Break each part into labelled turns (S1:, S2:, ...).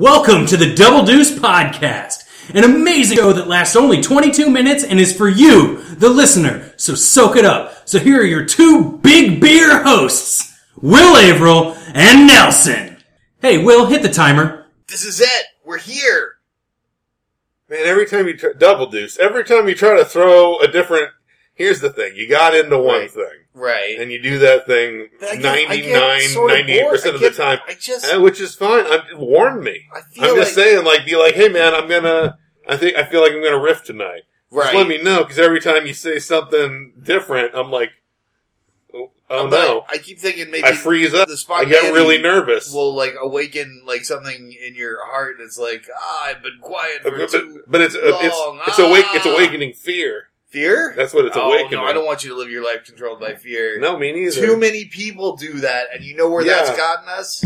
S1: Welcome to the Double Deuce Podcast, an amazing show that lasts only 22 minutes and is for you, the listener. So soak it up. So here are your two big beer hosts, Will Averill and Nelson. Hey, Will, hit the timer.
S2: This is it. We're here.
S3: Man, every time you tr- double deuce, every time you try to throw a different. Here's the thing: you got into one
S2: Right.
S3: thing,
S2: Right.
S3: and you do that thing
S2: But I get- I get
S3: 99,
S2: sorta
S3: 98 percent of
S2: bored. I
S3: the
S2: get-
S3: time,
S2: I just-
S3: eh, which is fine. I'm, warn me.
S2: I feel
S3: I'm just
S2: like-
S3: saying, like, be like, hey, man, I'm gonna. I think I feel like I'm gonna riff tonight. Just
S2: Right.
S3: let me know because every time you say something different, I'm like, oh, oh
S2: But
S3: no,
S2: I keep thinking maybe
S3: I freeze up.
S2: the
S3: I get
S2: spontaneity
S3: really nervous.
S2: will like awaken like something in your heart that's like, ah, I've been quiet for
S3: but,
S2: too
S3: but it's it's
S2: long.
S3: it's awake it's
S2: Ah.
S3: awakening fear.
S2: fear.
S3: That's what it's
S2: oh,
S3: awakening.
S2: No, I don't want you to live your life controlled by fear.
S3: No, me neither.
S2: Too many people do that, and you know where that's
S3: Yeah.
S2: gotten us.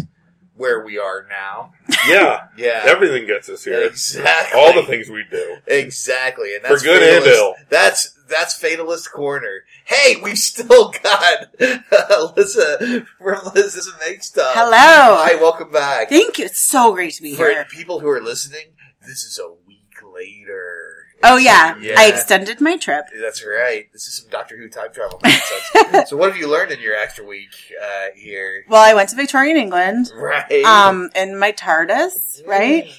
S2: Where we are now.
S3: Yeah.
S2: Yeah.
S3: Everything gets us here.
S2: Exactly.
S3: All the things we do.
S2: Exactly, and
S3: For
S2: that's
S3: good and
S2: fatalist.
S3: ill.
S2: That's that's fatalist corner. Hey, we've still got Alyssa from Liz Make Stuff.
S4: Hello.
S2: hi, welcome back.
S4: Thank you. It's so great to be
S2: For
S4: here.
S2: people who are listening, this is a week later.
S4: Oh yeah.
S2: Yeah.
S4: I extended my trip.
S2: That's right. This is some Doctor Who time travel nonsense. so, what have you learned in your extra week uh, here?
S4: Well, I went to Victorian England.
S2: Right.
S4: Um, in my TARDIS, right?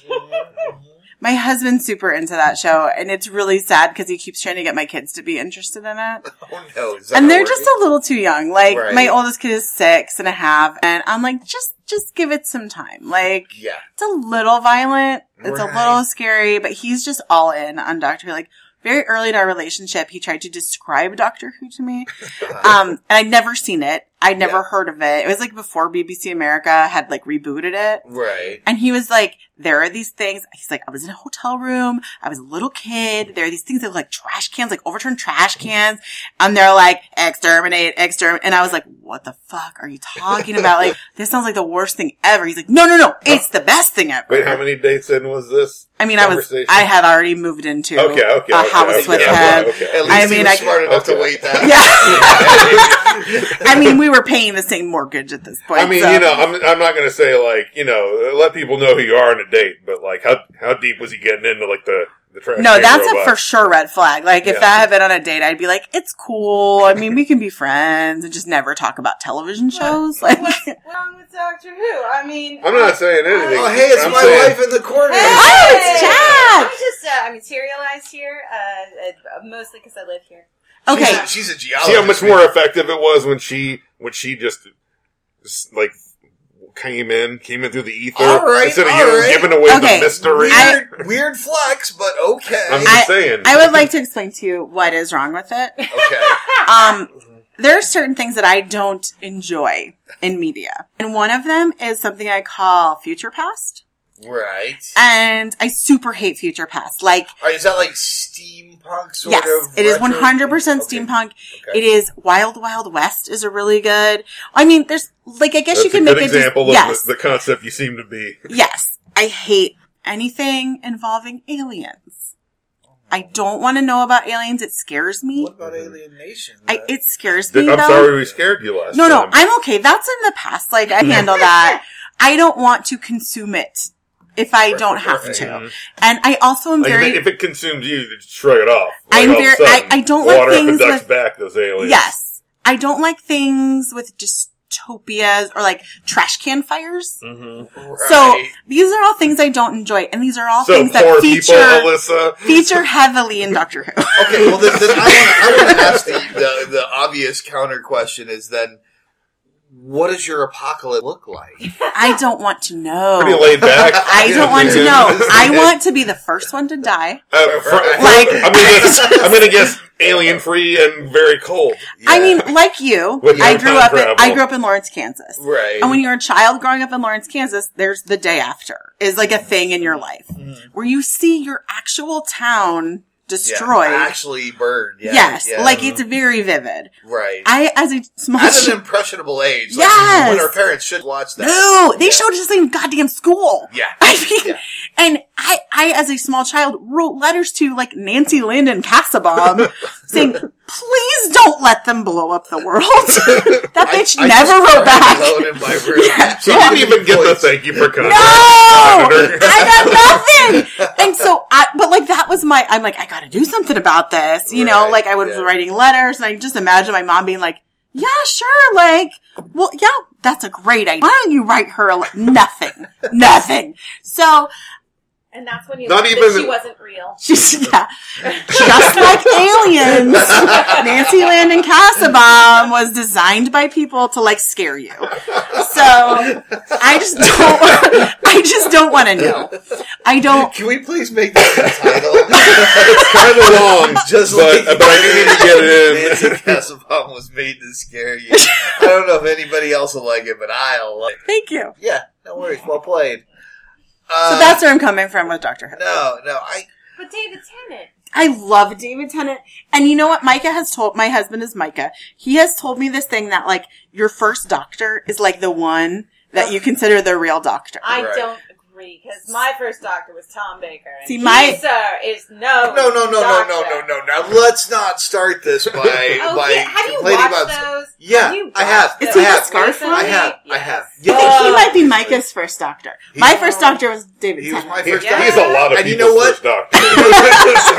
S4: My husband's super into that show, and it's really sad because he keeps trying to get my kids to be interested in it.
S2: Oh no! Is that
S4: And they're
S2: working?
S4: just a little too young. Like,
S2: Right.
S4: my oldest kid is six and a half, and I'm like, just, just give it some time. Like,
S2: yeah.
S4: it's a little violent. It's
S2: Right.
S4: a little scary, but he's just all in on Doctor Who. Like very early in our relationship, he tried to describe Doctor Who to me. Um, and I'd never seen it. I'd never
S2: Yeah.
S4: heard of it. It was like before BBC America had like rebooted it.
S2: Right.
S4: And he was like, there are these things. He's like, I was in a hotel room. I was a little kid. There are these things that look like trash cans, like overturned trash cans. And they're like, exterminate, exterminate. And I was like, what the fuck are you talking about? Like, this sounds like the worst thing ever. He's like, no, no, no. It's the best thing ever.
S3: Wait, how many dates in was this?
S4: I mean, I was,
S3: conversation?
S4: I had already moved into
S3: Okay, okay.
S4: a
S3: okay,
S4: house
S3: okay,
S4: with
S3: okay,
S4: him.
S3: okay.
S2: At least
S4: uh, I
S2: he
S4: mean,
S2: was
S4: I-
S2: smart enough to
S3: Okay.
S2: wait that.
S4: Yeah. I mean, we were paying the same mortgage at this point.
S3: I mean,
S4: so-
S3: you know, I'm, I'm not going to say, like, you know, let people know who you are on a date, but, like, how how deep was he getting into, like, the, the trash
S4: No,
S3: can
S4: that's a
S3: robot?
S4: for sure red flag. Like, if
S3: Yeah.
S4: that had been on a date, I'd be like, it's cool. I mean, we can be friends and just never talk about television shows. Like,
S5: wrong with Doctor Who? I mean,
S3: I'm not saying anything.
S2: Oh, hey, it's
S3: I'm
S2: my
S3: saying,
S2: wife in the corner.
S5: Hey!
S4: oh, it's
S5: I'm
S4: Chad!
S5: just uh, I'm materialized here, uh, uh, mostly because I live here.
S4: Okay.
S2: She's a, she's a geologist.
S3: See how much more effective it was when she, when she just, just, like, came in, came in through the ether.
S2: All right,
S3: instead of
S2: all
S3: you know,
S2: right.
S3: giving away
S4: Okay.
S3: the mystery.
S4: I-
S2: Weird, weird flex, but okay.
S3: am just saying.
S4: I would like to explain to you what is wrong with it.
S2: okay.
S4: Um, there are certain things that I don't enjoy in media. And one of them is something I call future past.
S2: Right.
S4: And I super hate future past. Like,
S2: All right, is that like steampunk sort
S4: yes,
S2: of?
S4: it is
S2: retro-
S4: 100% steampunk.
S2: Okay.
S4: It is Wild Wild West is a really good. I mean, there's like I guess
S3: That's
S4: you can
S3: a good
S4: make
S3: example
S4: a
S3: of
S4: dis- yes,
S3: the, the concept you seem to be.
S4: yes. I hate anything involving aliens. I don't want to know about aliens. It scares me.
S2: What about Alien Nation?
S4: I,
S2: That-
S4: it scares me.
S3: Th- I'm
S4: though.
S3: sorry we scared you last
S4: No,
S3: time.
S4: no, I'm okay. That's in the past. Like I handle that. I don't want to consume it if I don't have to.
S2: Right.
S4: And I also am
S3: Like,
S4: very
S3: if, it, if it consumes you, you just shrug it off. Like,
S4: I'm
S3: all of a
S4: very-
S3: sudden,
S4: I- I don't
S3: water
S4: like things
S3: ducks
S4: with-
S3: back those aliens.
S4: Yes. I don't like things with dystopias or like trash can fires. So
S2: Right.
S4: these are all things I don't enjoy, and these are all
S3: So
S4: things that
S3: poor people,
S4: feature
S3: Alyssa.
S4: feature heavily in Doctor Who.
S2: okay, well then, then I want to ask the, the the obvious counter question is then, what does your apocalypse look like?
S4: I don't want to know.
S3: Pretty laid back.
S4: I don't want to
S3: Yeah.
S4: know. I want to be the first one to die.
S3: Uh, fr-
S4: Like-
S3: I'm gonna guess, I'm gonna guess alien free and very cold.
S4: I
S2: Yeah.
S4: mean, like you,
S3: With
S4: I
S3: your
S4: grew
S3: time
S4: up. In, I
S3: travel.
S4: grew up in Lawrence, Kansas.
S2: right.
S4: And when you're a child growing up in Lawrence, Kansas, there's the day after is like a thing in your life
S3: Mm-hmm.
S4: where you see your actual town
S2: Yeah,
S4: destroyed.
S2: actually burned. Yeah,
S4: yes,
S2: yeah.
S4: like it's very vivid.
S2: right.
S4: I, as a small
S2: At
S4: chi-
S2: an impressionable age, like,
S4: Yes.
S2: when our parents should watch that.
S4: no, they showed us in goddamn school.
S2: Yeah.
S4: I mean, and I, I, as a small child, wrote letters to like Nancy Lynn and Casabom saying, please don't let them blow up the world. that
S2: I-
S4: bitch
S2: I
S4: never
S2: just
S4: wrote
S2: cried
S4: back.
S2: Alone in my room.
S3: She didn't even get the thank you for coming.
S4: No, I got nothing. And so I, but like that was my, I'm like, I gotta do something about this. You know,
S2: Right,
S4: like I was
S2: yeah.
S4: writing letters and I just imagine my mom being like, yeah, sure. Like, well, yeah, that's a great idea. Why don't you write her a le-" nothing, nothing. So
S5: And that's when you
S3: Not
S5: learned
S3: even-
S5: that she wasn't real.
S4: she's, yeah, just like aliens, Nancy Land and Casabom was designed by people to like scare you. So I just don't, I just don't want to know. I don't.
S2: Can we please make that
S3: It's kind of long,
S2: the title? Just
S3: but,
S2: like
S3: but I do need to get it in.
S2: Nancy Casabon was made to scare you. I don't know if anybody else will like it, but I'll like. it.
S4: Thank you.
S2: Yeah, no worries. Well played. Uh,
S4: So that's where I'm coming from with Doctor Who.
S2: no, no. I
S5: But David Tennant.
S4: I love David Tennant, and you know what? Micah has told my husband is Micah. He has told me this thing that like your first Doctor is like the one that you consider the real Doctor.
S5: I
S2: Right.
S5: don't agree because my first doctor was Tom Baker. And
S4: See, my-
S5: he, sir is no.
S2: no, no, no, no,
S5: doctor.
S2: no, no, no. Now let's not start this by
S5: Oh,
S2: by
S5: yeah. Have you
S2: complaining
S5: watched
S2: about.
S5: those?
S2: Yeah,
S5: Have you
S2: I have.
S5: watched
S4: Is
S5: those
S4: he the
S2: have.
S4: scarf
S5: recently?
S4: one?
S2: I have. I
S5: Yes.
S2: have.
S4: I think he
S5: Oh.
S4: might be Micah's first Doctor. My first Doctor was David
S2: He was
S4: Tennant.
S2: my
S3: He's
S2: first.
S5: Yeah.
S3: he's a lot of
S2: And you
S3: people's
S2: know what?
S3: first doctor.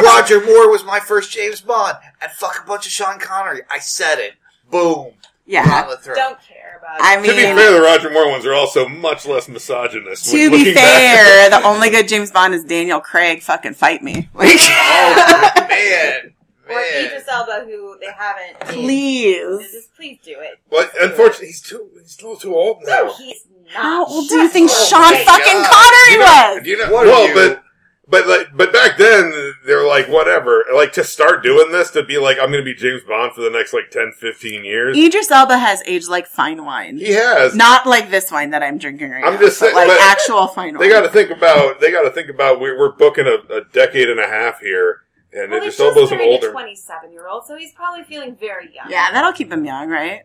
S2: Roger Moore was my first James Bond, and fuck a bunch of Sean Connery. I said it. Boom.
S4: yeah,
S2: Gauntlet throw.
S5: Don't care about
S4: I
S5: it.
S3: To be
S4: mean.
S3: fair, the Roger Moore ones are also much less misogynist.
S4: To
S3: when
S4: be
S3: looking back.
S4: fair, the only good James Bond is Daniel Craig. Fucking fight me, like
S2: Oh man,
S5: Or
S2: man.
S5: Idris Elba, who they haven't.
S4: please.
S5: Just please do it.
S3: But unfortunately, he's too he's a little too old now.
S5: No, he's not.
S4: How old do you think
S2: Oh
S4: Sean
S2: my
S4: fucking
S2: God.
S4: Connery was?
S3: Do you know-
S2: What are
S3: well,
S2: you-
S3: but but like but back then they're like whatever. Like to start doing this to be like I'm going to be James Bond for the next like 10, 15 years.
S4: Idris Elba has aged like fine wine.
S3: He has.
S4: Not like this wine that I'm drinking right
S3: I'm
S4: now.
S3: just
S4: but
S3: saying-
S4: like
S3: but
S4: actual fine wine.
S3: they got to think about. They got to think about. We're, we're booking a, a decade and a half here, and
S5: Well,
S3: it
S5: he's
S3: just
S5: just
S3: elbows an
S5: married a
S3: older.
S5: 27 year old, so he's probably feeling very young.
S4: yeah, that'll keep him young, right?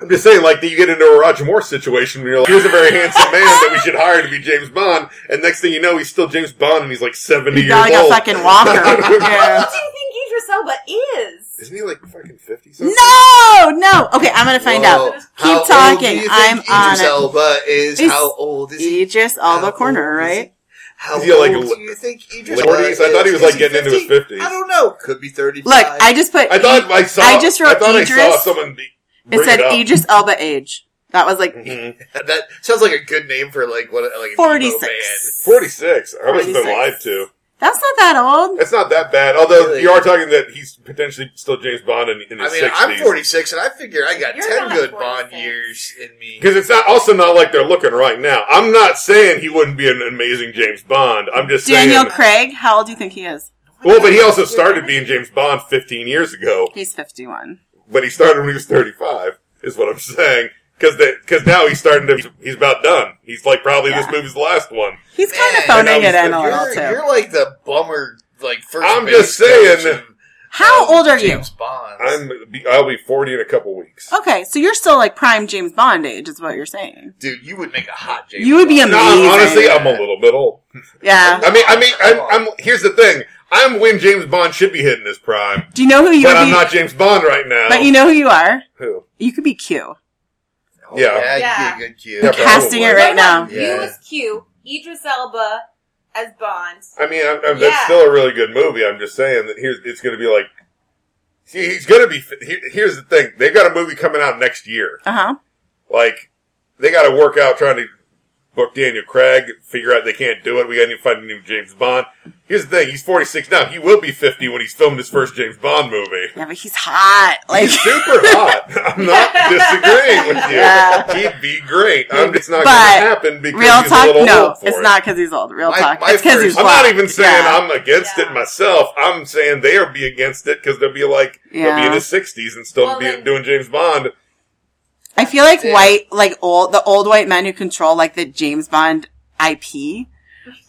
S3: I'm just saying, like, that you get into a Roger Moore situation where you're like, here's a very handsome man that we should hire to be James Bond, and next thing you know, he's still James Bond and he's like 70
S4: He's
S3: years
S4: got like
S3: old.
S4: a fucking walker. Yeah.
S5: How old do you think Idris Elba is?
S3: Isn't he like fucking 50 something?
S4: No, no. Okay, I'm gonna find
S2: Whoa.
S4: out.
S2: How
S4: Keep talking.
S2: Old do you
S4: I'm
S2: think
S4: on
S2: Idris
S4: it.
S2: Elba is
S4: He's-
S2: how old is he?
S4: Idris
S2: How
S4: Elba
S2: old
S4: Corner,
S2: is he?
S4: right?
S2: How
S3: Is he, like,
S2: old
S3: l-
S2: do you think Idris Elba
S3: 40s? I thought he
S2: is?
S3: was, like,
S2: Is
S3: getting into his
S2: 50?
S3: 50s.
S2: I don't know. Could be thirty-five.
S4: Look, I just put.
S3: I thought I saw.
S4: I just wrote
S3: I thought I saw
S4: Idris.
S3: someone. Be,
S4: it
S3: bring
S4: said
S3: up.
S4: Idris Elba age. That was like
S3: Mhm.
S2: that sounds like a good name for like what like an emo band.
S3: Oh,
S4: 46.
S3: 46. I must have been
S4: 46.
S3: lied to.
S4: That's not that old.
S3: That's not that bad. Although
S2: Really?
S3: you are talking that he's potentially still James Bond in, in his
S2: I mean,
S3: 60s.
S2: I'm 46, and I figure I got
S5: You're
S2: 10
S5: not
S2: good
S5: 46.
S2: Bond years in me.
S3: Because it's not also not like they're looking right now. I'm not saying he wouldn't be an amazing James Bond. I'm just
S4: Daniel
S3: saying.
S4: Craig. How old do you think he is?
S3: well, but he also started being James Bond 15 years ago.
S4: He's 51.
S3: But he started when he was 35, is what I'm saying. Because because now he's starting to. He's about done. He's like probably
S4: Yeah.
S3: this movie's last one.
S4: He's kind of
S2: Man,
S4: phoning
S3: I
S4: it
S3: was-
S4: in a little
S2: You're,
S4: too.
S2: you're like the bummer, like first.
S3: I'm
S2: base
S3: just saying-
S2: coach of,
S4: How
S2: um,
S4: old are you?
S2: James Bond.
S3: I'm I'll be 40 in a couple weeks.
S4: Okay, so you're still like prime James Bond age, is what you're saying.
S2: dude. You would make a hot James.
S4: You would be
S2: Bond.
S3: No,
S4: Amazing.
S3: honestly, I'm a little bit old.
S4: Yeah.
S3: I mean, I mean, I'm, I'm. Here's the thing. I'm when James Bond should be hitting his prime,
S4: Do you know who you
S3: but
S4: would
S3: I'm
S4: be?
S3: not James Bond right now.
S4: but you know who you are.
S3: Who?
S4: You could be Q.
S2: Oh,
S3: Yeah.
S2: yeah,
S5: Yeah.
S2: you'd be a good cue.
S3: Yeah, bro.
S4: Casting it right now.
S5: You
S2: Yeah.
S5: as Q, Idris Elba as Bond.
S3: I mean, I'm, I'm,
S5: Yeah.
S3: that's still a really good movie. I'm just saying that here's it's going to be like. See, he's going to be. Here, here's the thing. They've got a movie coming out next year.
S4: Uh huh.
S3: Like, they got to work out trying to book Daniel Craig. Figure out they can't do it. We got to find a new James Bond. Here's the thing. He's 46 now. He will be 50 when he's filmed his first James Bond movie.
S4: Yeah, but he's hot. Like,
S3: He's super hot. I'm not disagreeing with you.
S4: Yeah.
S3: He'd be great. I'm just not
S4: But
S3: going to happen because
S4: real
S3: he's a
S4: talk.
S3: little
S4: No,
S3: old for
S4: it's
S3: it.
S4: not because he's old. Real
S2: My-
S4: talk.
S2: my
S4: It's because he's
S2: first-
S3: I'm
S4: black.
S3: not even saying
S4: Yeah.
S3: I'm against it
S5: Yeah.
S3: myself. I'm saying they'll be against it because they'll be like they'll be
S4: Yeah.
S3: in his 60s and still
S5: Well,
S3: be
S5: then-
S3: doing James Bond.
S4: I feel like
S2: Yeah.
S4: white, like old, the old white men who control like the James Bond IP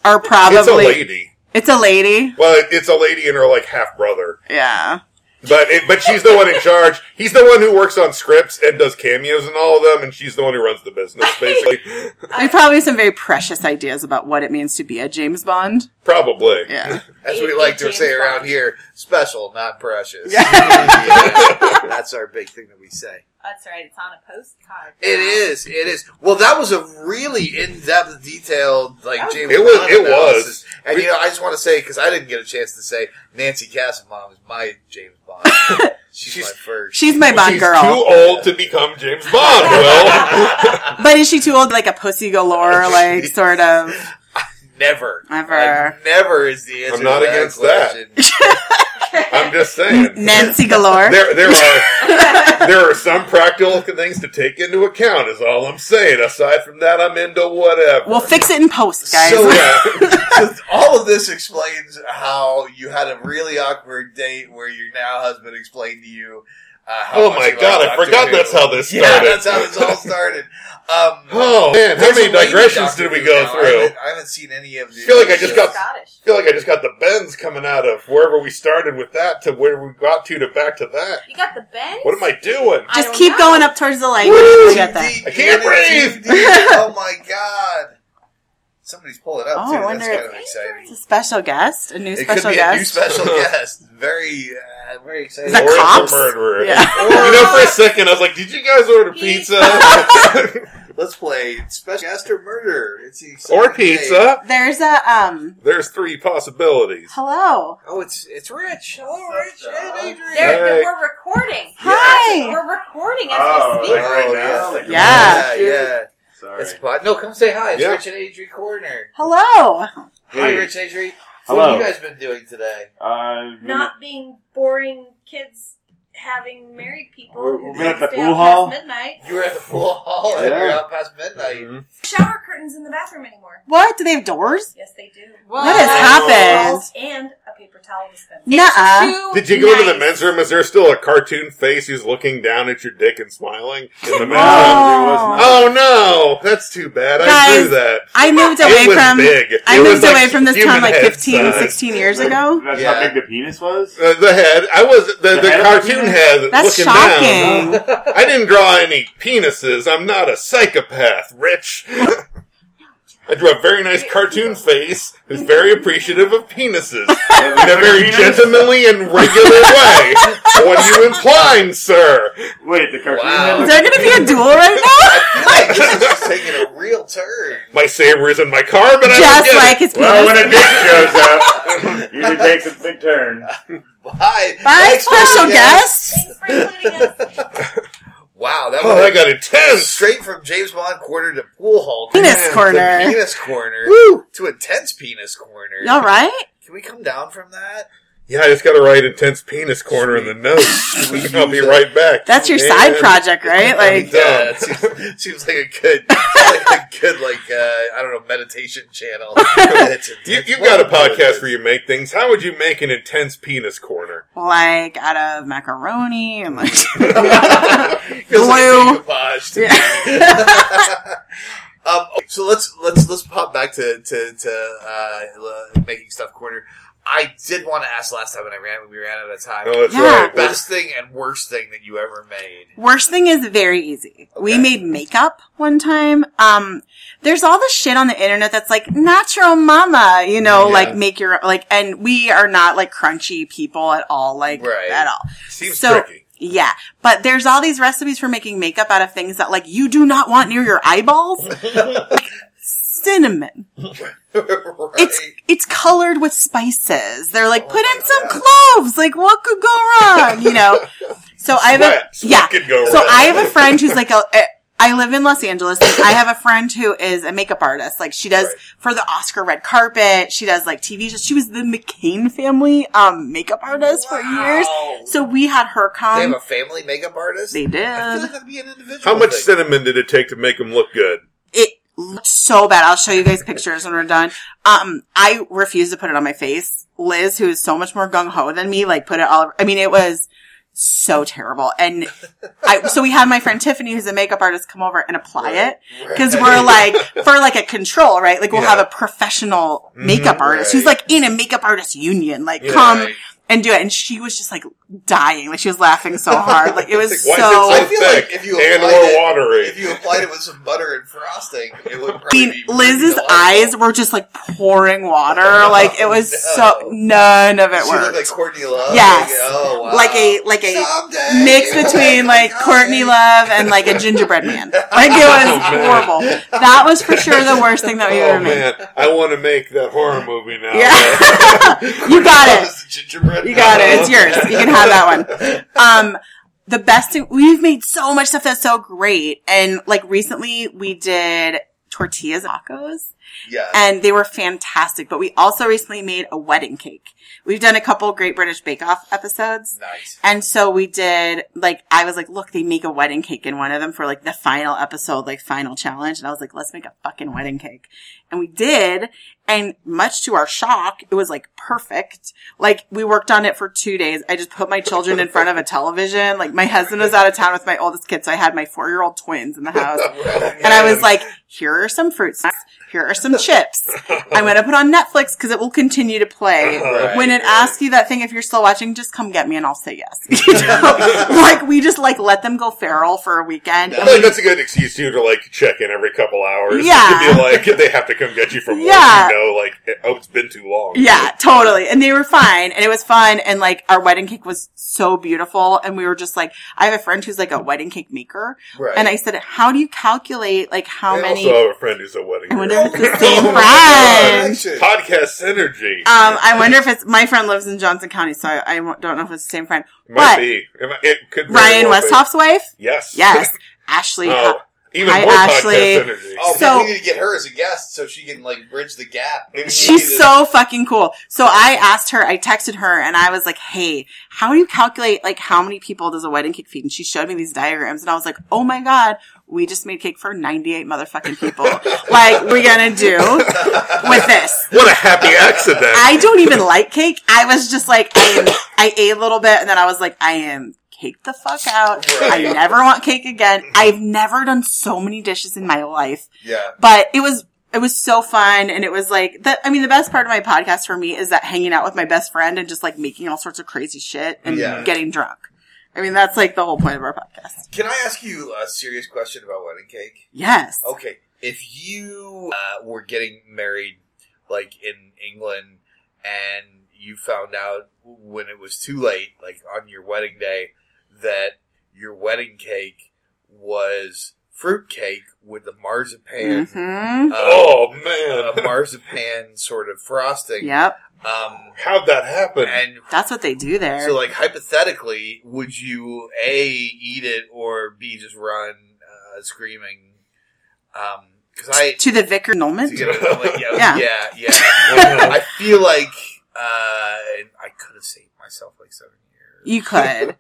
S4: are probably
S3: It's a lady.
S4: It's a lady.
S3: Well, it- it's a lady and her like half brother.
S4: Yeah.
S3: But it, but she's the one in charge. He's the one who works on scripts and does cameos and all of them, and she's the one who runs the business, basically.
S4: We probably have some very precious ideas about what it means to be a James Bond.
S3: Probably.
S4: Yeah.
S2: As we like to say
S5: James
S2: around
S5: Bond.
S2: here, special, not precious.
S4: Yeah.
S2: Yeah, That's our big thing that we say.
S5: That's right. It's on a postcard.
S2: It is. It is. Well, that was a really in-depth, detailed like
S5: That was-
S2: James.
S3: It was-
S2: Bond
S3: it was.
S2: analysis. And you know, I just want to say because I didn't get a chance to say Nancy Castlemom is my James Bond. She's, my
S3: She's-
S2: first.
S4: She's my Bond
S3: She's
S4: girl.
S3: too old to become James Bond. Well,
S4: But is she too old? Like a pussy galore, like sort of.
S2: never,
S4: Never.
S2: Like, never is the answer.
S3: I'm not
S2: to that
S3: against that.
S2: question.
S3: I'm just saying.
S4: Nancy galore.
S3: There, there are there are some practical things to take into account. Is all I'm saying. Aside from that, I'm into whatever.
S4: We'll fix it in post, guys.
S2: So-
S3: yeah.
S2: So all of this explains how you had a really awkward date where your now husband explained to you. Uh, how
S3: Oh
S2: much
S3: my
S2: he loved
S3: God, I
S2: Dr.
S3: forgot
S2: Who.
S3: that's how this
S2: Yeah,
S3: started.
S2: that's how this all started. Um,
S3: Oh man, how
S2: there's a
S3: many
S2: lady
S3: digressions
S2: Dr.
S3: did we
S2: Who
S3: go
S2: now. I
S3: through?
S2: haven't, I haven't seen any of the.
S3: feel like I just
S5: She's
S3: got-
S5: Scottish.
S3: I feel like I just got the bends coming out of wherever we started with that to where we got to to back to that.
S5: You got the bend.
S3: What am I doing?
S5: I
S4: Just
S5: don't
S4: keep
S5: know.
S4: going up towards the light.
S3: Woo!
S4: You got that.
S2: TD,
S3: I can't
S2: TD.
S3: breathe.
S2: oh my god! Somebody's pulling up
S4: Oh,
S2: too.
S4: I wonder
S2: That's
S4: if-
S2: kind of exciting.
S4: It's a special guest, a new
S2: It
S4: special
S2: could be
S4: guest.
S2: a new special guest. Very, uh, very exciting.
S4: Is that
S3: Or it's a
S4: cops?
S3: murderer.
S4: Yeah.
S2: Or-
S3: Oh, You know, for a second, I was like, "Did you guys order pizza
S2: Let's play special guest or murder. It's the exciting
S3: or
S2: day.
S3: pizza?"
S4: There's a um.
S3: There's three possibilities.
S4: Hello.
S2: Oh, it's it's Rich. Oh, Rich
S6: Hello.
S2: and Adrian.
S5: There, there-
S3: Hey.
S5: we're recording.
S4: Hi.
S5: We're recording as
S6: Oh,
S5: we
S6: like
S5: speak.
S6: right
S2: Oh,
S6: now? Like
S4: Yeah.
S2: yeah, yeah.
S6: Sorry.
S2: It's a pod- no, come say hi. It's
S3: Yeah.
S2: Rich and Adrian Corner.
S4: Hello.
S2: Hi,
S6: Hey.
S2: Rich and Adrian. What
S6: Hello.
S2: have you guys been doing today?
S6: I've been
S3: Oh,
S5: Not being boring kids having married people
S6: We're-
S5: who
S6: we've been at the
S5: stay
S6: pool
S5: out
S6: hall.
S5: past midnight.
S2: You were at the pool hall and you were
S6: Yeah.
S2: out past midnight.
S3: Mhm.
S5: Shower curtains in the bathroom anymore.
S4: What? Do they have doors?
S5: Yes, they do.
S4: What has happened?
S5: And a paper towel dispenser.
S4: Nuh-uh.
S3: Did you go to the men's room? Is there still a cartoon face who's looking down at your dick and smiling in the men's
S4: Oh.
S3: room? Oh no, that's too bad. I
S4: Guys,
S3: knew that.
S4: I moved
S3: It
S4: away
S3: was
S4: from.
S3: big.
S4: I
S3: It was
S4: moved
S3: like
S4: away from this
S3: human
S4: town like
S3: head
S4: 15,
S3: size.
S4: 16 years ago.
S6: That's
S2: Yeah.
S6: how big the penis was?
S3: Uh, the head. I was the, the,
S6: The head of
S3: cartoon
S6: the
S3: head
S4: That's
S3: looking
S4: shocking.
S3: down. I didn't draw any penises. I'm not a psychopath, Rich. I drew a very nice cartoon face who's very appreciative of penises in a very
S6: Penis?
S3: gentlemanly and regular way. what are you implying, sir?
S6: Wait, the cartoon
S2: Wow.
S6: head
S4: Is
S6: was-
S4: there going to be a duel right
S2: I feel like this is just taking a real turn.
S3: My saber is in my car, but
S4: now?
S3: I don't
S4: Just
S3: get
S4: like
S3: it.
S4: his penis.
S6: Well, when a dick shows up, usually takes a big turn.
S2: Bye.
S4: Bye,
S2: Thanks,
S4: special guest.
S5: Thanks for including us.
S2: Wow, that
S3: Oh,
S2: was
S3: that got intense.
S2: straight from James Bond corner to pool hall.
S4: Penis
S2: to
S4: corner.
S2: Penis corner.
S4: Woo.
S2: To intense penis corner.
S4: All right.
S2: Can we come down from that?
S3: Yeah, I just got to write intense penis corner in the notes. I'll be right back.
S4: That's your side
S3: And-
S4: project, right? Like,
S2: Yeah, it seems, seems like a good, seems like a good, like uh, I don't know, meditation channel. It's
S3: You,
S2: intense.
S3: you've got a podcast where you make things. How would you make an intense penis corner?
S4: like out of macaroni and like.
S2: Feels like
S4: Glue.
S2: decoupage to
S4: Yeah.
S2: Um, okay, so let's let's let's pop back to to, to uh, uh, making stuff corner. I did want to ask last time when I ran when we ran out of time.
S3: Oh, that's
S4: Yeah.
S3: right.
S2: Best thing and worst thing that you ever made.
S4: Worst thing is very easy. We
S2: Okay.
S4: made makeup one time. Um, there's all the shit on the internet that's like natural mama, you know,
S2: Yeah.
S4: like make your like, and we are not like crunchy people at all, like
S2: Right.
S4: at all.
S3: Seems
S4: So-
S3: tricky.
S4: Yeah, but there's all these recipes for making makeup out of things that like you do not want near your eyeballs. Like, Cinnamon.
S2: right?
S4: It's it's colored with spices. They're like,
S2: Oh
S4: put
S2: my
S4: in some
S2: God.
S4: cloves. Like, what could go wrong? You know. So I have a
S3: Sweat. Sweat
S4: yeah.
S3: could go
S4: So
S3: wrong.
S4: I have a friend who's like a. a I live in Los Angeles. And I have a friend who is a makeup artist. Like she does
S3: Right.
S4: for the Oscar red carpet. She does like TV shows. She was the McCain family um makeup artist for years.
S2: Wow.
S4: So we had her come.
S2: they have a family makeup artist.
S4: um, They
S2: I feel
S4: did.
S2: like that'd be an individual.
S3: How much
S2: thing.
S3: cinnamon did it take to make them look good?
S4: It looked so bad. I'll show you guys pictures when we're done. Um, I refuse to put it on my face. Liz, who is so much more gung ho than me, like put it all over. I mean, it was so terrible. And I, so we had my friend Tiffany, who's a makeup artist, come over and apply it. Cause we're like, for like a control, right? Like we'll
S3: Yeah. Mm-hmm.
S4: have a professional makeup artist who's
S2: right.
S4: like in a makeup artist union, like
S3: Yeah,
S4: come
S2: right.
S4: and do it. And she was just like dying. Like she was laughing so hard. Like it was
S3: Why is
S4: so.
S3: it so
S2: I feel like
S3: thick
S2: if you
S3: and
S2: applied it-
S3: more watery?
S2: If you applied it with some butter and frosting, it would
S4: I
S2: probably
S4: mean,
S2: be
S4: Liz's
S2: delightful.
S4: eyes were just like pouring water.
S2: No,
S4: like it was so none of it
S2: She looked
S4: worked.
S2: like Courtney Love.
S4: Yes.
S2: Like, oh, wow.
S4: Like a like a
S2: Someday
S4: mix
S2: you'll
S4: between
S2: be
S4: like
S2: a
S4: Courtney
S2: guy.
S4: Love and like a gingerbread man. Like it
S3: Oh,
S4: was
S3: man.
S4: horrible. That was for sure the worst thing that we
S3: oh
S4: ever made.
S3: man, I want to make that horror movie now.
S4: Yeah, you got it.
S2: Love's gingerbread
S4: You got it.
S2: man.
S4: It's yours. You can have that one. Um, the best thing we've made so much stuff that's so great, and like recently we did tortillas and tacos,
S2: Yeah.
S4: and they were fantastic. But we also recently made a wedding cake. We've done a couple Great British Bake Off episodes.
S2: nice.
S4: And so we did, like, I was like, look, they make a wedding cake in one of them for like the final episode, like final challenge. And I was like, let's make a fucking wedding cake. And we did. And much to our shock, it was like perfect. Like we worked on it for two days. I just put my children in front of a television. Like my husband was out of town with my oldest kid. So I had my four year old twins in the house. And I was like, here are some fruit snacks. Here are some chips. I'm going to put on Netflix because it will continue to play.
S2: Right,
S4: when it
S2: right.
S4: asks you that thing, if you're still watching, just come get me and I'll say yes. You know? like we just like let them go feral for a
S3: I
S4: weekend. And
S3: feel like
S4: we-
S3: that's a good excuse too to like check in every couple hours.
S4: Yeah.
S3: to be like they have to come get you from work.
S4: Yeah.
S3: You know, like oh, it's been too long.
S4: yeah, totally. And they were fine and it was fun. And like our wedding cake was so beautiful. And we were just like, I have a friend who's like a wedding cake maker.
S2: Right.
S4: And I said, how do you calculate like how
S3: I
S4: many?
S3: also have a friend who's a wedding.
S4: I wonder
S3: girl.
S4: if it's the same
S2: Oh my
S4: friend.
S2: God, action.
S3: Podcast synergy
S4: Um, I wonder if it's my friend lives in Johnson County, so I, I won't- don't know if it's the same friend.
S3: might
S4: but
S3: be. It, might- it could very
S4: Ryan
S3: well be.
S4: Westhoff's wife?
S3: Yes.
S4: Yes. Ashley.
S3: Oh, even
S4: Hi,
S3: more
S4: Ashley.
S3: podcast synergy.
S2: Oh,
S4: So-
S2: we need to get her as a guest so she can like bridge the gap. Maybe she needs
S4: She's
S2: to-
S4: so fucking cool. So I asked her, I texted her and I was like, Hey, how do you calculate like how many people does a wedding cake feed? And she showed me these diagrams and I was like, Oh my God, we just made cake for 98 motherfucking people. like we're going to do with this.
S3: What a happy accident!
S4: I don't even like cake. I was just like, I am, I ate a little bit and then I was like, I am cake the fuck out.
S2: Right.
S4: I never want cake again. I've never done so many dishes in my life,
S2: Yeah.
S4: but it was, it was so fun. And it was like that. I mean, the best part of my podcast for me is that hanging out with my best friend and just like making all sorts of crazy shit and
S2: Yeah.
S4: getting drunk. I mean, that's like the whole point of our podcast.
S2: Can I ask you a serious question about wedding cake?
S4: Yes.
S2: Okay, if you uh, were getting married, like in England, and you found out when it was too late, like on your wedding day, that your wedding cake was fruit cake with the marzipan,
S4: hmm
S2: uh,
S3: oh
S2: a
S3: man,
S2: marzipan sort of frosting.
S4: Yep.
S2: Um,
S3: how'd that happen?
S2: and
S4: That's what they do there.
S2: so, like hypothetically, would you a eat it or b just run uh, screaming? Because I
S4: to the Vicar Nolman.
S2: to get a- like, yeah,
S4: Yeah.
S2: yeah, yeah. I feel like uh, I could have saved myself like seven years.
S4: You could.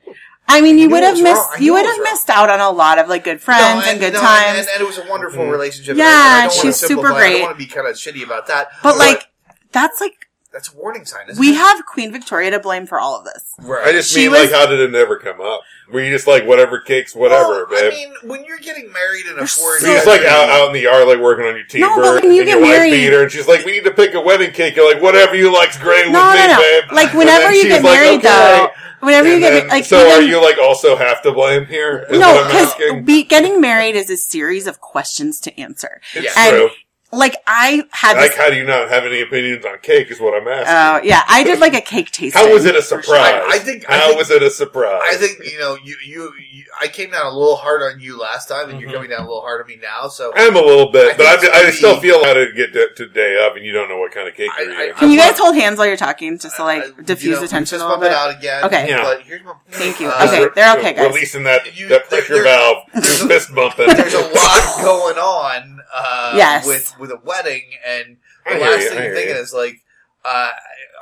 S4: I mean, you
S2: knew
S4: would
S2: it
S4: have
S2: was
S4: missed.
S2: wrong. I
S4: You
S2: knew it
S4: would
S2: was
S4: have
S2: wrong.
S4: missed out on a lot of like good friends
S2: No,
S4: and good
S2: no,
S4: times.
S2: and, and it was a wonderful
S3: Mhm.
S2: relationship.
S4: Yeah,
S2: and I don't
S4: she
S2: wanna
S4: was super
S2: simplify, I
S4: great.
S2: don't want to be kind of shitty about that.
S4: but like, that's like
S2: that's a warning sign. Isn't
S4: we
S2: it?
S4: have Queen Victoria to blame for all of this.
S2: Right.
S3: I just
S4: She
S3: mean
S4: was-
S3: like, how did it never come up? Were you just like whatever cakes, whatever,
S2: Well,
S3: babe?
S2: I mean, when you're getting married in a
S4: You're
S2: foreign,
S4: so-
S3: She's just like out, out in the yard, like working on your T-bird,
S4: No, but when you
S3: and
S4: get
S3: your wife
S4: married-
S3: beat her, and she's like, "We need to pick a wedding cake." You're like, "Whatever you like's great
S4: No,
S3: with
S4: no,
S3: me,
S4: no.
S3: babe."
S4: Like,
S3: And
S4: whenever
S3: then
S4: you
S3: she's
S4: get married, though, Whenever you
S3: And
S4: get
S3: then-
S4: like,
S3: so
S4: even-
S3: are you like also half to blame here? Is
S4: no,
S3: what I'm
S4: because
S3: asking.
S4: be, getting married is a series of questions to answer.
S3: It's
S4: and-
S3: true.
S4: Like I had
S3: Like,
S4: this.
S3: how do you not have any opinions on cake? Is what I'm asking.
S4: Oh yeah, I did like a cake tasting.
S3: how was it a
S2: sure.
S3: surprise?
S2: I- I think- I
S3: How
S2: think-
S3: was it a surprise?
S2: I think you know you, you you. I came down a little hard on you last time, and you're
S3: Mhm.
S2: coming down a little hard on me now. So
S3: I'm a little
S2: I
S3: bit, but
S2: think
S3: I'm,
S2: it's
S3: I
S2: gonna
S3: still
S2: be-
S3: feel how to get to, to day of, and you don't know what kind of cake
S2: I-
S3: you're
S2: I-
S3: eating.
S4: Can you
S2: I
S4: guys
S2: want-
S4: hold hands while you're talking, just to
S2: I- you
S4: like diffuse
S2: know,
S4: attention
S2: just
S4: a little
S2: bump it
S4: bit?
S2: out again.
S4: Okay.
S3: Yeah.
S2: But here's my
S4: Thank you.
S2: Uh,
S4: Okay, they're okay, guys.
S3: Releasing that,
S2: You-
S3: that pressure
S2: there-
S3: valve,
S2: there's a-
S3: fist bumping.
S2: There's a lot going on. Uh,
S4: Yes.
S2: With with a wedding, and
S3: I
S2: the
S3: hear
S2: last
S3: you, I
S2: thing
S3: hear
S2: you're thinking
S3: you.
S2: is like, uh,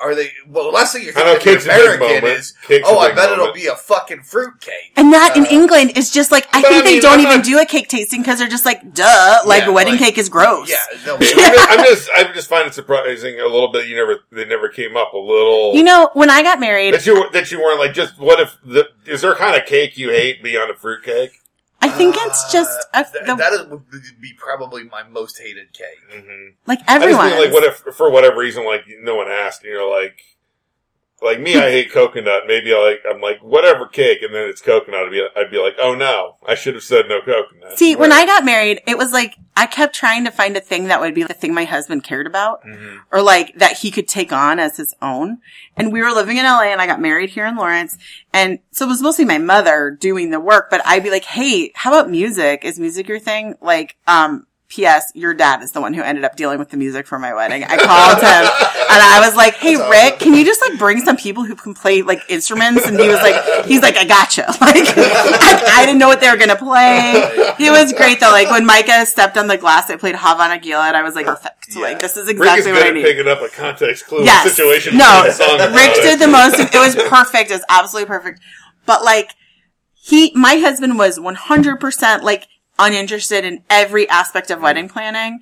S2: are they? Well, the last thing you're
S3: I know
S2: thinking as
S3: cake's a big
S2: American
S3: moment.
S2: is,
S3: Cake's a
S2: oh, I
S3: big
S2: bet it'll
S3: moment.
S2: be a fucking fruitcake.
S4: And that in
S2: Uh,
S4: England is just like I
S3: but
S4: think
S3: I
S4: they
S3: mean,
S4: don't
S3: I'm
S4: even
S3: not-
S4: do a cake tasting because they're just like duh, like
S2: Yeah,
S4: wedding
S2: like-
S4: cake is gross.
S2: Yeah. No.
S3: I'm just, I'm just, I just find it surprising a little bit. You never, they never came up a little.
S4: You know, when I got married,
S3: that you were- that you weren't like just what if the is there a kind of cake you hate beyond a fruitcake?
S4: I think it's just
S2: Uh,
S4: a,
S2: th-
S4: the,
S2: that is, would be probably my most hated cake.
S3: Mm-hmm.
S4: like
S3: I just
S4: everyone.
S3: mean like what if for whatever reason like no one asked and you're like Like me, I hate coconut. Maybe I like I'm like whatever cake, and then it's coconut. I'd be, I'd be like, oh no, I should have said no coconut.
S4: See, when I got married, it was like I kept trying to find a thing that would be the thing my husband cared about
S3: Mhm.
S4: or like that he could take on as his own. And we were living in LA and I got married here in Lawrence. And so it was mostly my mother doing the work, but I'd be like, Hey, how about music? Is music your thing? Like, um, P.S. Your dad is the one who ended up dealing with the music for my wedding. I called him and I was like, Hey,
S2: That's
S4: Rick,
S2: awesome.
S4: can you just like bring some people who can play like instruments? And he was like, he's like, I gotcha. Like, I, I didn't know what they were going to play. It was great though. Like when Micah stepped on the glass, I played Havana Gila and I was like, perfect.
S2: Yeah.
S4: Like this is
S3: Rick is
S4: exactly what
S3: good
S4: I
S3: at
S4: need.
S3: picking up a context clue
S4: Yes.
S3: and situation.
S4: No,
S3: and a song about
S4: Rick
S3: it.
S4: did the most. It was perfect. It was absolutely perfect. But like, he, my husband was 100% like uninterested in every aspect of wedding planning.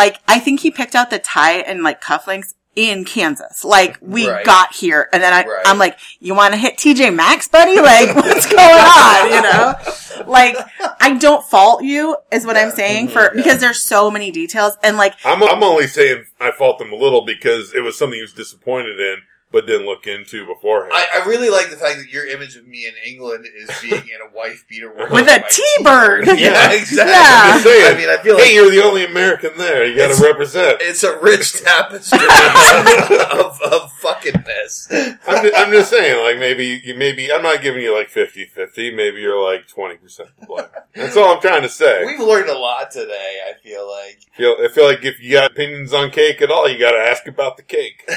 S4: Like, I think he picked out the tie and like cufflinks in Kansas. Like, we
S2: Right.
S4: got here and then I,
S2: Right.
S4: I'm like, you want to hit TJ Maxx, buddy? Like, what's going on? You know? Like, I don't fault you is what I'm
S3: Mm-hmm.
S4: saying for, because there's so many details and like,
S3: I'm, I'm only saying I fault him a little because it was something he was disappointed in, but didn't look into beforehand.
S2: I, I really like the fact that your image of me in England is being in a wife beater working
S4: with
S2: at
S4: a
S2: my
S4: T-bird.
S2: Yeah, exactly.
S4: Yeah.
S3: I'm just
S2: I
S3: saying.
S2: mean, I feel like
S3: hey, you're the only American there. You got
S2: It's-
S3: to represent.
S2: it's a rich tapestry of, of fuckingness.
S3: I'm just, I'm just saying, like maybe you maybe I'm not giving you like 50-50. Maybe you're like twenty percent black. That's all I'm trying to say.
S2: We've learned a lot today. I feel like
S3: feel, I feel like if you got opinions on cake at all, you got to ask about the cake.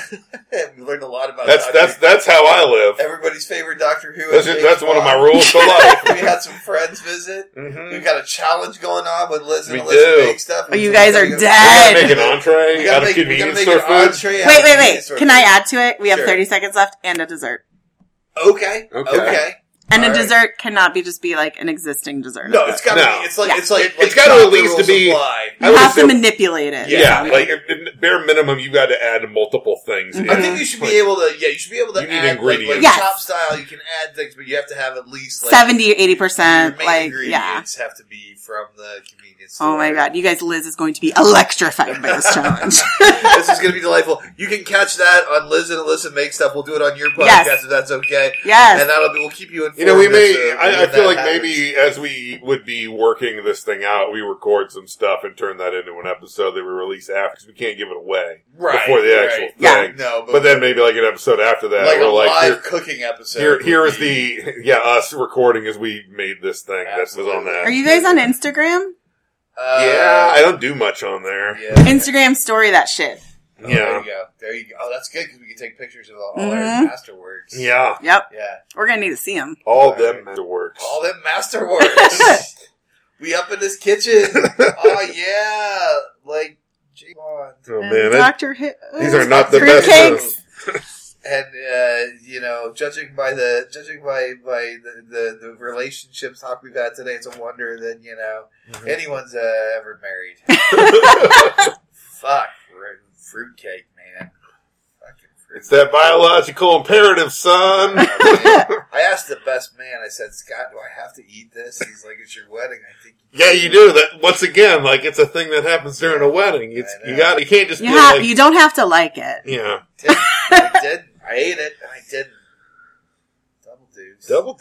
S2: we learned a lot about
S3: That's
S2: Doctor-
S3: that's that's how I live.
S2: everybody's favorite Doctor Who.
S3: That's
S2: and
S3: just,
S2: James
S3: that's one of my
S2: Bond.
S3: rules for life.
S2: we had some friends visit.
S3: Mm-hmm.
S2: We've got a challenge going on with Liz and
S3: We
S2: Elizabeth
S3: do.
S2: Big stuff.
S4: Oh, you guys are
S2: We gotta-
S4: dead.
S3: Make an entree
S2: We
S3: out
S2: gotta
S3: of
S2: make, we gotta
S3: convenience
S2: make
S3: store
S2: an
S3: food.
S2: entree out
S4: Wait,
S2: of
S4: wait,
S2: convenience
S4: wait.
S2: store
S4: Can I add to it? We have
S2: Sure.
S4: 30 seconds left and a dessert.
S2: food. Okay.
S3: Okay.
S2: Okay.
S4: And
S2: All
S4: a
S2: right.
S4: dessert cannot be just be like an existing dessert.
S2: No, it's gotta
S3: No.
S2: be. It's like
S4: Yeah.
S2: it's like
S3: It-
S2: like
S3: it's gotta at
S2: Doctor
S3: least
S2: Rules
S3: be-
S2: apply.
S3: I
S4: You
S3: would
S4: have to
S3: assume-
S4: manipulate it.
S3: Yeah,
S2: Yeah.
S3: like if- if bare minimum, you got to add multiple things. in.
S4: Mm-hmm.
S2: I think you should be able to. Yeah, you should be able to
S3: You need
S2: add
S3: ingredients.
S2: like, like
S4: Yes.
S2: chop style. You can add things, but you have to have at least like
S4: 70 or 80
S2: Your
S4: percent.
S2: main
S4: Like, yeah.
S2: ingredients have to be from the convenience store.
S4: Oh my god, you guys, Liz is going to be electrified by this challenge.
S2: this is going to be delightful. You can catch that on Liz and Alyssa Make Stuff. We'll do it on your podcast
S4: Yes.
S2: if that's okay.
S4: Yes.
S2: And that'll be, we'll keep you informed.
S3: You know, we
S2: as
S3: may.
S2: to
S3: I, I
S2: when
S3: feel
S2: that
S3: like
S2: happens.
S3: maybe as we would be working this thing out, we record some stuff and turn that into an episode that we release after because we can't give it away
S2: Right,
S3: before the actual
S2: right.
S4: Yeah.
S3: thing.
S2: No, but,
S3: But then maybe like an episode after that,
S2: like a
S3: we're like,
S2: live
S3: here,
S2: cooking episode.
S3: here,
S2: would
S3: here is
S2: be-
S3: the yeah us recording as we made this thing that was on that.
S4: Are you guys on Instagram?
S2: Uh,
S3: yeah, I don't do much on there.
S2: yeah.
S4: Instagram story that shit.
S2: Oh, There
S3: Yeah,
S2: you go. There you go. Oh, that's good because we can take pictures of all, all our
S4: Mhm.
S2: masterworks.
S3: yeah,
S4: Yep.
S2: Yeah.
S4: We're going to need to see them.
S3: all them works.
S2: All them masterworks. we up in this kitchen. oh, yeah. Like, J. Bond.
S3: Oh man, that-
S4: Dr. Who.
S3: these are not the
S4: Cream
S3: best. uh,
S4: cake.
S3: of-
S4: Thanks.
S2: And uh, you know, judging by the judging by by the, the, the relationships talk we've had today, it's a wonder that you know anyone's uh, ever married. Fuck fruit- fruitcake, man. Fucking
S3: It's
S2: fruitcake.
S3: that biological imperative, son.
S2: I asked the best man. I said, "Scott, do I have to eat this?" He's like, "It's your wedding. I think." You
S3: Yeah, you do that. Once again, like it's a thing that happens during a wedding. It's
S2: I know.
S3: you got you can't just
S4: You,
S3: do
S4: have,
S3: like
S4: you don't have to like it.
S3: yeah.
S2: did. I did. I ate it, and I didn't." Double dudes.
S3: deuce.
S4: Double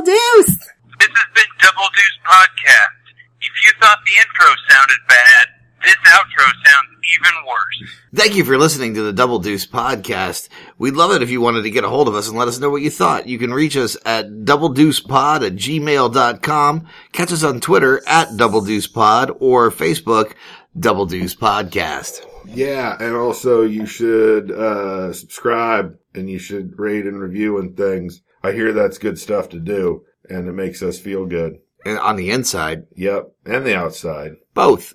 S4: deuce.
S7: This has been Double Deuce Podcast. If you thought the intro sounded bad, this outro sounds even worse.
S8: Thank you for listening to the Double Deuce podcast. We'd love it if you wanted to get a hold of us and let us know what you thought. You can reach us at doubledeucepod at gmail.com. Catch us on Twitter at Double Deuce Pod or Facebook Double Deuce Podcast.
S9: Yeah, and also you should uh, subscribe and you should rate and review and things. I hear that's good stuff to do, and it makes us feel good.
S8: And on the inside,
S9: Yep, and the outside.
S8: both.